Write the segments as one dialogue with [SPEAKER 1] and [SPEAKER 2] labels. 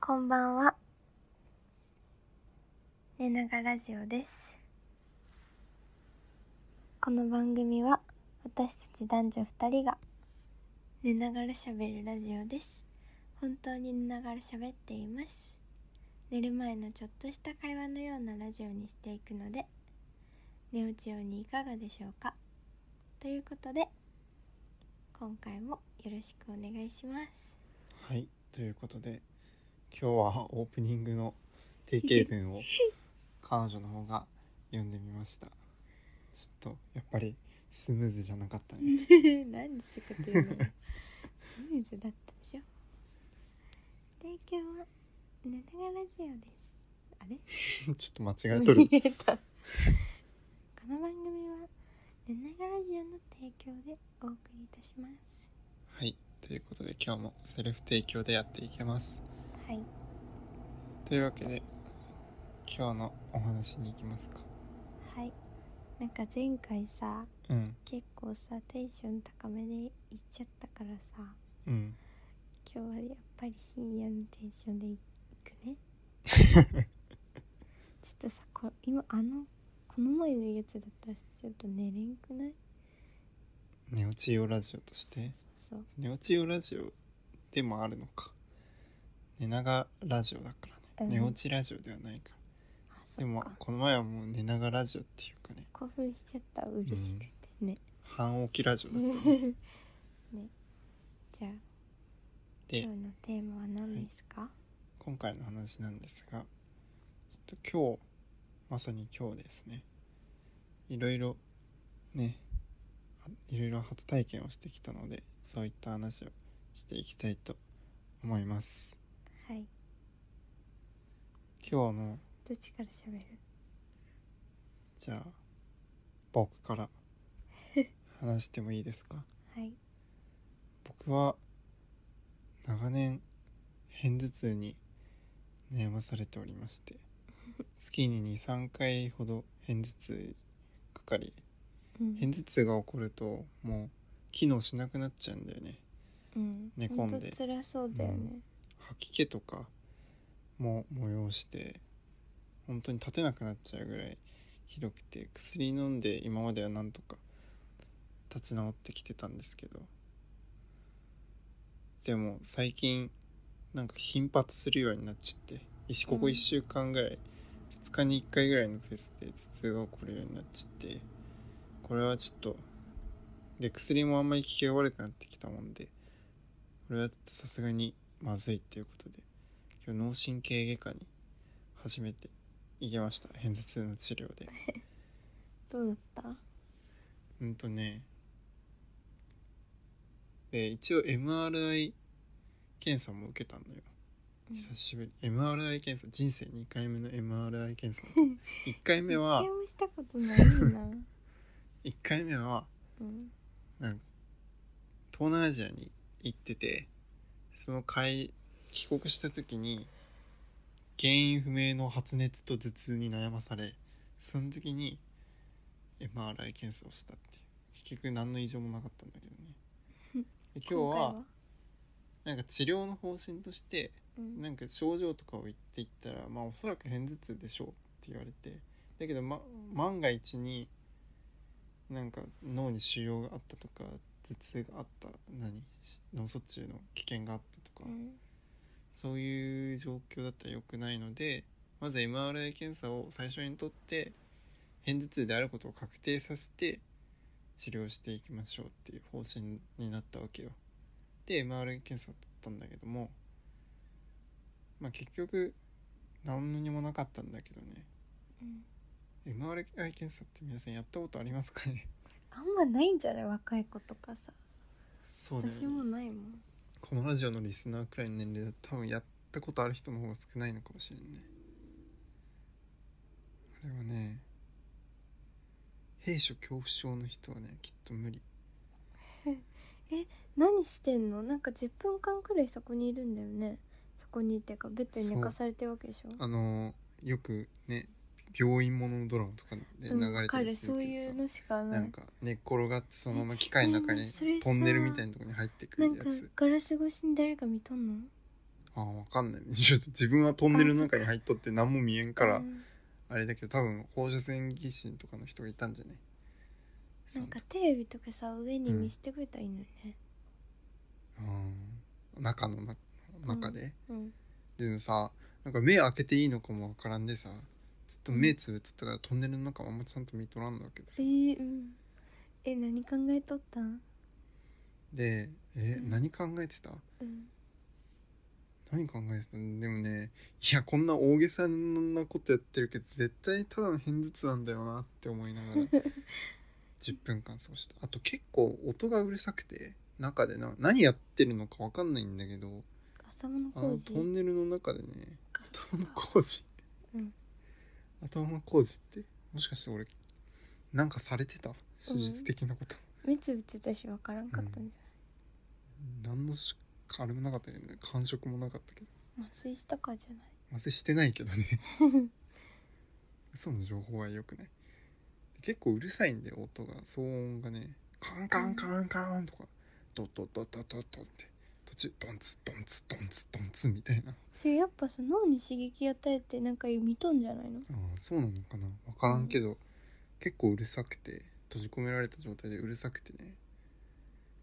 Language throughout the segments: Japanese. [SPEAKER 1] こんばんは。寝ながラジオです。この番組は私たち男女二人が寝ながら喋るラジオです。本当に寝ながら喋っています。寝る前のちょっとした会話のようなラジオにしていくので、寝落ちようにいかがでしょうか。ということで、今回もよろしくお願いします。
[SPEAKER 2] はいということで今日はオープニングの定型文 を彼女の方が読んでみましたちょっとやっぱりスムーズじゃなかった ね
[SPEAKER 1] なんですぐというのよスムーズだったでしょ提供は寝ながらラジオですあれ
[SPEAKER 2] ちょっと間違え
[SPEAKER 1] 間
[SPEAKER 2] とる
[SPEAKER 1] 違えたこの番組は寝ながらラジオの提供でお送りいたします
[SPEAKER 2] はいということで今日もセルフ提供でやっていけます
[SPEAKER 1] はい
[SPEAKER 2] というわけで今日のお話に行きますか
[SPEAKER 1] はいなんか前回さ
[SPEAKER 2] うん
[SPEAKER 1] 結構さテンション高めでいっちゃったからさ
[SPEAKER 2] うん
[SPEAKER 1] 今日はやっぱり深夜のテンションでいくね ちょっとさこれ今あのこの前のやつだったらちょっと寝れんくない
[SPEAKER 2] 寝落ち用ラジオとして
[SPEAKER 1] そう
[SPEAKER 2] 寝落ち用ラジオでもあるのか寝ながらラジオだからね、
[SPEAKER 1] うん
[SPEAKER 2] 寝落ちラジオではないから
[SPEAKER 1] あそ
[SPEAKER 2] で
[SPEAKER 1] っ
[SPEAKER 2] も
[SPEAKER 1] か
[SPEAKER 2] この前はもう寝ながらラジオっていうかね
[SPEAKER 1] 興奮しちゃった嬉しくてね、
[SPEAKER 2] 半起きラジオだっ
[SPEAKER 1] ねじゃあ
[SPEAKER 2] て
[SPEAKER 1] 今日のテーマは何ですか、
[SPEAKER 2] 今回の話なんですがちょっと今日まさに今日ですねいろいろねあいろいろ初体験をしてきたのでそういった話をしていきたいと思います
[SPEAKER 1] はい、
[SPEAKER 2] 今日の
[SPEAKER 1] どっちから喋る
[SPEAKER 2] じゃあ僕から話してもいいですか
[SPEAKER 1] はい
[SPEAKER 2] 僕は長年片頭痛に悩まされておりまして月に23回ほど片頭痛かかり
[SPEAKER 1] うん
[SPEAKER 2] 片頭痛が起こるともう機能しなくなっちゃうんだよね
[SPEAKER 1] うん
[SPEAKER 2] 寝込ん
[SPEAKER 1] ほ
[SPEAKER 2] で
[SPEAKER 1] と辛そうだよね、
[SPEAKER 2] 吐き気とかも催して本当に立てなくなっちゃうぐらいひどくて薬飲んで今まではなんとか立ち直ってきてたんですけどでも最近なんか頻発するようになっちゃって一ここ
[SPEAKER 1] うん
[SPEAKER 2] 1週間ぐらい、2日に1回ぐらいのペースで頭痛が起こるようになっちゃってこれはちょっとで薬もあんまり効きが悪くなってきたもんでこれはちょっとさすがにまずいっていうことで今日脳神経外科に初めて行きました片頭痛の治療で
[SPEAKER 1] どうだった
[SPEAKER 2] うんとねで一応 MRI 検査も受けたのよ
[SPEAKER 1] うん
[SPEAKER 2] 久しぶり MRI 検査人生2回目の MRI 検査1回目は
[SPEAKER 1] 一回もしたことないな
[SPEAKER 2] 1回目は
[SPEAKER 1] うん
[SPEAKER 2] なんか東南アジアに行っててその帰帰国した時に原因不明の発熱と頭痛に悩まされその時に MRI 検査をしたっていう結局何の異常もなかったんだけどねで今日
[SPEAKER 1] 回
[SPEAKER 2] はなんか治療の方針として
[SPEAKER 1] うん
[SPEAKER 2] なんか症状とかを言っていったらまあおそらく片頭痛でしょうって言われてだけど、ま、万が一になんか脳に腫瘍があったとか頭痛があった何し脳卒中の危険があったとか、
[SPEAKER 1] うん
[SPEAKER 2] そういう状況だったら良くないのでまず MRI 検査を最初に取って片頭痛であることを確定させて治療していきましょうっていう方針になったわけよ。で MRI 検査を取ったんだけども、まあ、結局何にもなかったんだけどね
[SPEAKER 1] うん、
[SPEAKER 2] MRI 検査って皆さんやったことありますかね
[SPEAKER 1] あんまないんじゃない若い子とかさ
[SPEAKER 2] そうだよ
[SPEAKER 1] 私も
[SPEAKER 2] ね
[SPEAKER 1] ないもん
[SPEAKER 2] このラジオのリスナーくらいの年齢だと多分やったことある人の方が少ないのかもしれんねあれはね閉所恐怖症の人はねきっと無理
[SPEAKER 1] 何してんのなんか10分間くらいそこにいるんだよねそこにっていうかベッドに寝かされてるわけでしょ
[SPEAKER 2] あのーよくね病院もののドラマとかで流れた
[SPEAKER 1] 彼
[SPEAKER 2] りする
[SPEAKER 1] そういう
[SPEAKER 2] けどさ、
[SPEAKER 1] のしかない
[SPEAKER 2] なんか寝っ転がってそのまま機械の中
[SPEAKER 1] え
[SPEAKER 2] に
[SPEAKER 1] それさ
[SPEAKER 2] トンネルみたいなところに入ってく
[SPEAKER 1] な
[SPEAKER 2] る
[SPEAKER 1] ん
[SPEAKER 2] や
[SPEAKER 1] か
[SPEAKER 2] つ
[SPEAKER 1] ガラス越しに誰か見とんの
[SPEAKER 2] ああわかんない。 ちょっと自分はトンネルの中に入っとって何も見えんから
[SPEAKER 1] う、ん
[SPEAKER 2] あれだけど多分放射線技師とかの人がいたんじゃない
[SPEAKER 1] なんかテレビとかさ上に見せてくれたらいいのにね
[SPEAKER 2] うん中のな中で、
[SPEAKER 1] うん
[SPEAKER 2] でもさなんか目開けていいのかもわからんでさずっと目つぶっとったからトンネルの中はあんまちゃんと見とらんだけど
[SPEAKER 1] えーうんえ何考えとったん
[SPEAKER 2] でえ、
[SPEAKER 1] うん
[SPEAKER 2] 何考えてた
[SPEAKER 1] うん
[SPEAKER 2] 何考えてたでもねいやこんな大げさなことやってるけど絶対ただの偏頭痛なんだよなって思いな がら10分間過ごしたあと結構音がうるさくて中でな何やってるのかわかんないんだけど
[SPEAKER 1] 頭の
[SPEAKER 2] あ
[SPEAKER 1] 工
[SPEAKER 2] の
[SPEAKER 1] 事
[SPEAKER 2] トンネルの中でね頭の工事
[SPEAKER 1] うん
[SPEAKER 2] 頭の工事ってもしかして俺なんかされてた手術的なこと、
[SPEAKER 1] 目つぶってたし分からんかったんじ
[SPEAKER 2] 何のしあれもなかったけどね感触もなかったけど
[SPEAKER 1] ゃない麻酔したからじゃない
[SPEAKER 2] ませしてないけどね嘘の情報はよくない結構うるさいんで音が騒音がねカンカンカンカンとかドッドッドッドッドッドッって途中ドンツドンツドンツドンツみたいな
[SPEAKER 1] それやっぱさ脳に刺激与えてなんか見とんじゃないの
[SPEAKER 2] ああそうなのかな分からんけど、結構うるさくて閉じ込められた状態でうるさくてね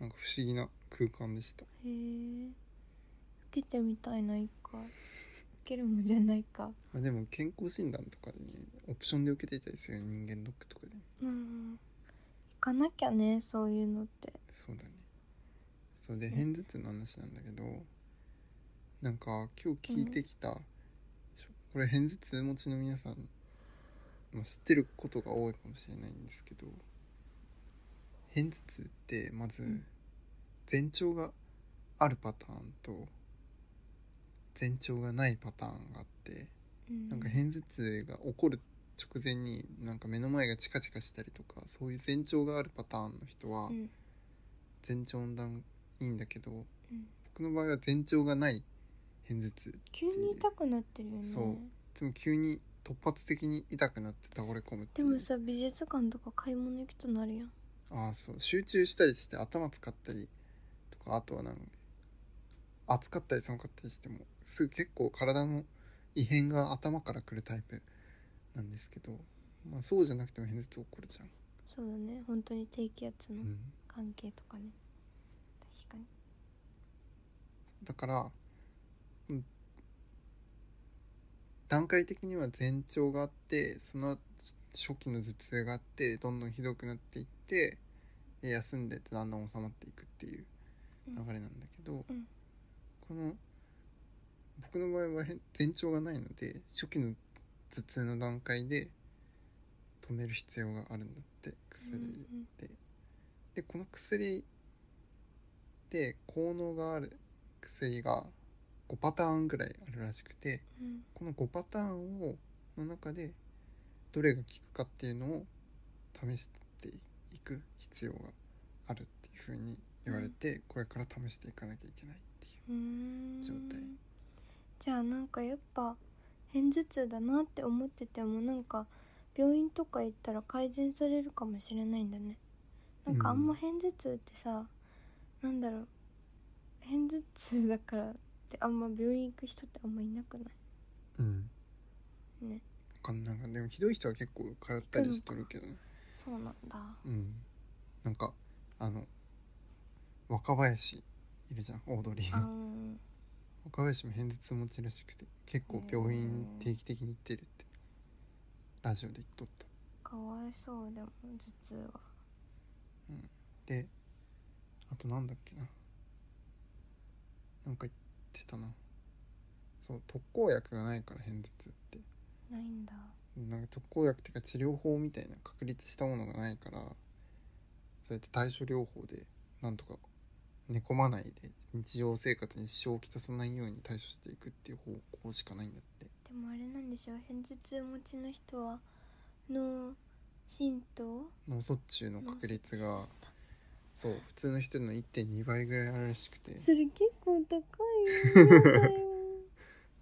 [SPEAKER 2] なんか不思議な空間でした
[SPEAKER 1] へえ受けてみたいな一回受けるもんじゃないか
[SPEAKER 2] あでも健康診断とかでねオプションで受けていたりするよね人間ドックとかで
[SPEAKER 1] うん行かなきゃねそういうのって
[SPEAKER 2] そうだねそうで
[SPEAKER 1] うん
[SPEAKER 2] 片頭痛の話なんだけどなんか今日聞いてきた、これ片頭痛持ちの皆さんも知ってることが多いかもしれないんですけど片頭痛ってまず
[SPEAKER 1] うん
[SPEAKER 2] 前兆があるパターンと前兆がないパターンがあって
[SPEAKER 1] な
[SPEAKER 2] なんか片頭痛が起こる直前になんか目の前がチカチカしたりとかそういう前兆があるパターンの人は、
[SPEAKER 1] うん
[SPEAKER 2] 前兆の段いいんだけど
[SPEAKER 1] うん
[SPEAKER 2] 僕の場合は前兆がない片頭痛い
[SPEAKER 1] 急に痛くなってるよね
[SPEAKER 2] そうつも急に突発的に痛くなって倒れ込むって
[SPEAKER 1] で
[SPEAKER 2] いう
[SPEAKER 1] もさ美術館とか買い物行くとなるやん
[SPEAKER 2] ああそう集中したりして頭使ったりとかあとはなんか暑かったり寒かったりしてもすぐ結構体の異変が頭からくるタイプなんですけど、まあ、そうじゃなくても片頭痛起こるじゃん、
[SPEAKER 1] そうだね本当に低気圧の
[SPEAKER 2] うん
[SPEAKER 1] 関係とかね、確かに
[SPEAKER 2] だから、うん段階的には前兆があってその初期の頭痛があってどんどんひどくなっていってで休んでってだんだん収まっていくっていう
[SPEAKER 1] う
[SPEAKER 2] 流
[SPEAKER 1] ん
[SPEAKER 2] れなんだけど、
[SPEAKER 1] うん
[SPEAKER 2] この僕の場合はへん前兆がないので初期の頭痛の段階で止める必要があるんだって薬
[SPEAKER 1] うん
[SPEAKER 2] ででこの薬で効能がある薬が5パターンぐらいあるらしくて
[SPEAKER 1] うん
[SPEAKER 2] この5パターンをの中でどれが効くかっていうのを試していく必要があるっていうふうに言われて、これから試していかなきゃいけないっていう
[SPEAKER 1] うーん
[SPEAKER 2] 状態
[SPEAKER 1] じゃあなんかやっぱ片頭痛だなって思っててもなんか病院とか行ったら改善されるかもしれないんだねなんかあんま
[SPEAKER 2] うん
[SPEAKER 1] 片頭痛ってさ、なんだろう片頭痛だからってあんま病院行く人ってあんまいなくない
[SPEAKER 2] うん
[SPEAKER 1] ね
[SPEAKER 2] かんなんかでもひどい人は結構通ったりしとるけどね
[SPEAKER 1] そうなんだ
[SPEAKER 2] うんなんかあの若林いるじゃんオードリー
[SPEAKER 1] あ
[SPEAKER 2] の
[SPEAKER 1] ん
[SPEAKER 2] 若林も偏頭痛持ちらしくて結構病院定期的に行ってるってラジオで言っとった
[SPEAKER 1] かわいそうでも頭痛は
[SPEAKER 2] であとなんだっけななんか言ってたなそう特効薬がないから偏頭痛って
[SPEAKER 1] ないんだ
[SPEAKER 2] なんか特効薬っていうか治療法みたいな確立したものがないからそうやって対処療法でなんとか寝込まないで日常生活に支障をきたさないように対処していくっていう方向しかないんだって
[SPEAKER 1] でもあれなんでしょう偏頭痛持ちの人は脳浸透
[SPEAKER 2] 脳卒中の確率がそう普通の人の1.2倍ぐらいあるらしくて、
[SPEAKER 1] それ結構高いよやだよ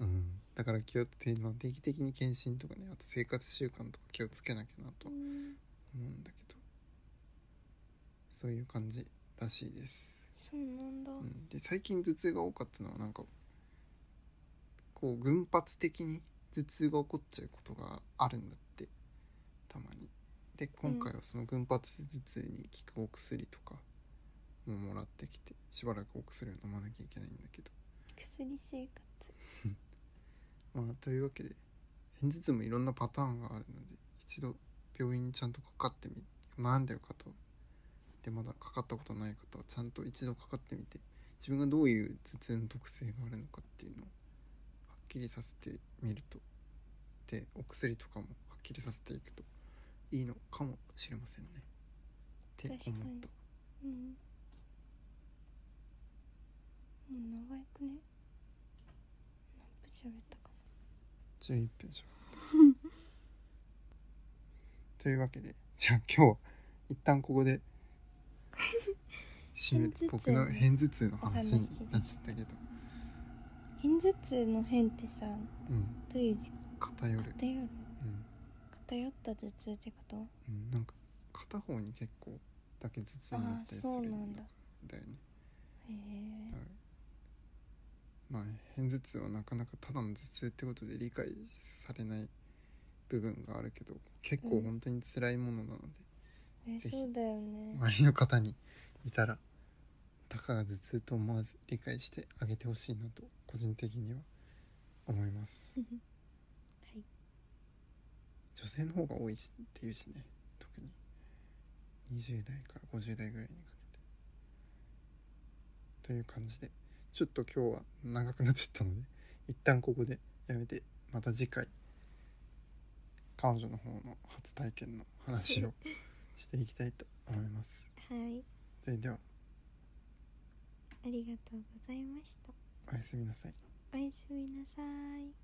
[SPEAKER 2] うん、だから気をつけて、まあ、定期的に検診とかねあと生活習慣とか気をつけなきゃな
[SPEAKER 1] う
[SPEAKER 2] と思
[SPEAKER 1] ん
[SPEAKER 2] うんだけどそういう感じらしいです、
[SPEAKER 1] そうなんだ、
[SPEAKER 2] うん、で最近頭痛が多かったのはなんかこう群発的に頭痛が起こっちゃうことがあるんだってたまにで今回はその群発頭痛に効くお薬とかももらってきてしばらくお薬を飲まなきゃいけないんだけど
[SPEAKER 1] 薬生活
[SPEAKER 2] まあというわけで片頭痛もいろんなパターンがあるので一度病院にちゃんとかかってみ悩んでる方でまだかかったことない方はちゃんと一度かかってみて自分がどういう頭痛の特性があるのかっていうのをはっきりさせてみるとでお薬とかもはっきりさせていくといいのかもしれませんねって思
[SPEAKER 1] 確か
[SPEAKER 2] っ
[SPEAKER 1] に
[SPEAKER 2] た
[SPEAKER 1] うんうん長いくね何分喋ったか
[SPEAKER 2] 11分じゃというわけでじゃあ今日は一旦ここで締める
[SPEAKER 1] 片頭痛
[SPEAKER 2] 僕
[SPEAKER 1] の
[SPEAKER 2] の片頭痛の話
[SPEAKER 1] お
[SPEAKER 2] に
[SPEAKER 1] 話です
[SPEAKER 2] なっちゃったけど、
[SPEAKER 1] 偏頭痛の偏ってさ
[SPEAKER 2] うん、
[SPEAKER 1] どういう字
[SPEAKER 2] 偏る、
[SPEAKER 1] 偏る
[SPEAKER 2] うん
[SPEAKER 1] 偏った頭痛ってこと
[SPEAKER 2] うん、なんか片方に結構だけ頭痛になったりする
[SPEAKER 1] あー
[SPEAKER 2] ん
[SPEAKER 1] そうなんだ
[SPEAKER 2] だよね、
[SPEAKER 1] へえ
[SPEAKER 2] はい、まあ片頭痛はなかなかただの頭痛ってことで理解されない部分があるけど結構本当に辛いものなので、
[SPEAKER 1] え
[SPEAKER 2] ぜひ
[SPEAKER 1] そうだよね
[SPEAKER 2] 周りの方にいたらたかが頭痛と思わず理解してあげてほしいなと個人的には思います
[SPEAKER 1] はい
[SPEAKER 2] 女性の方が多いっていうしね特に20代から50代ぐらいにかけてという感じでちょっと今日は長くなっちゃったので一旦ここでやめてまた次回彼女の方の初体験の話をしていきたいと思います
[SPEAKER 1] はい
[SPEAKER 2] それでは
[SPEAKER 1] ありがとうございました
[SPEAKER 2] おやすみなさい
[SPEAKER 1] おやすみなさい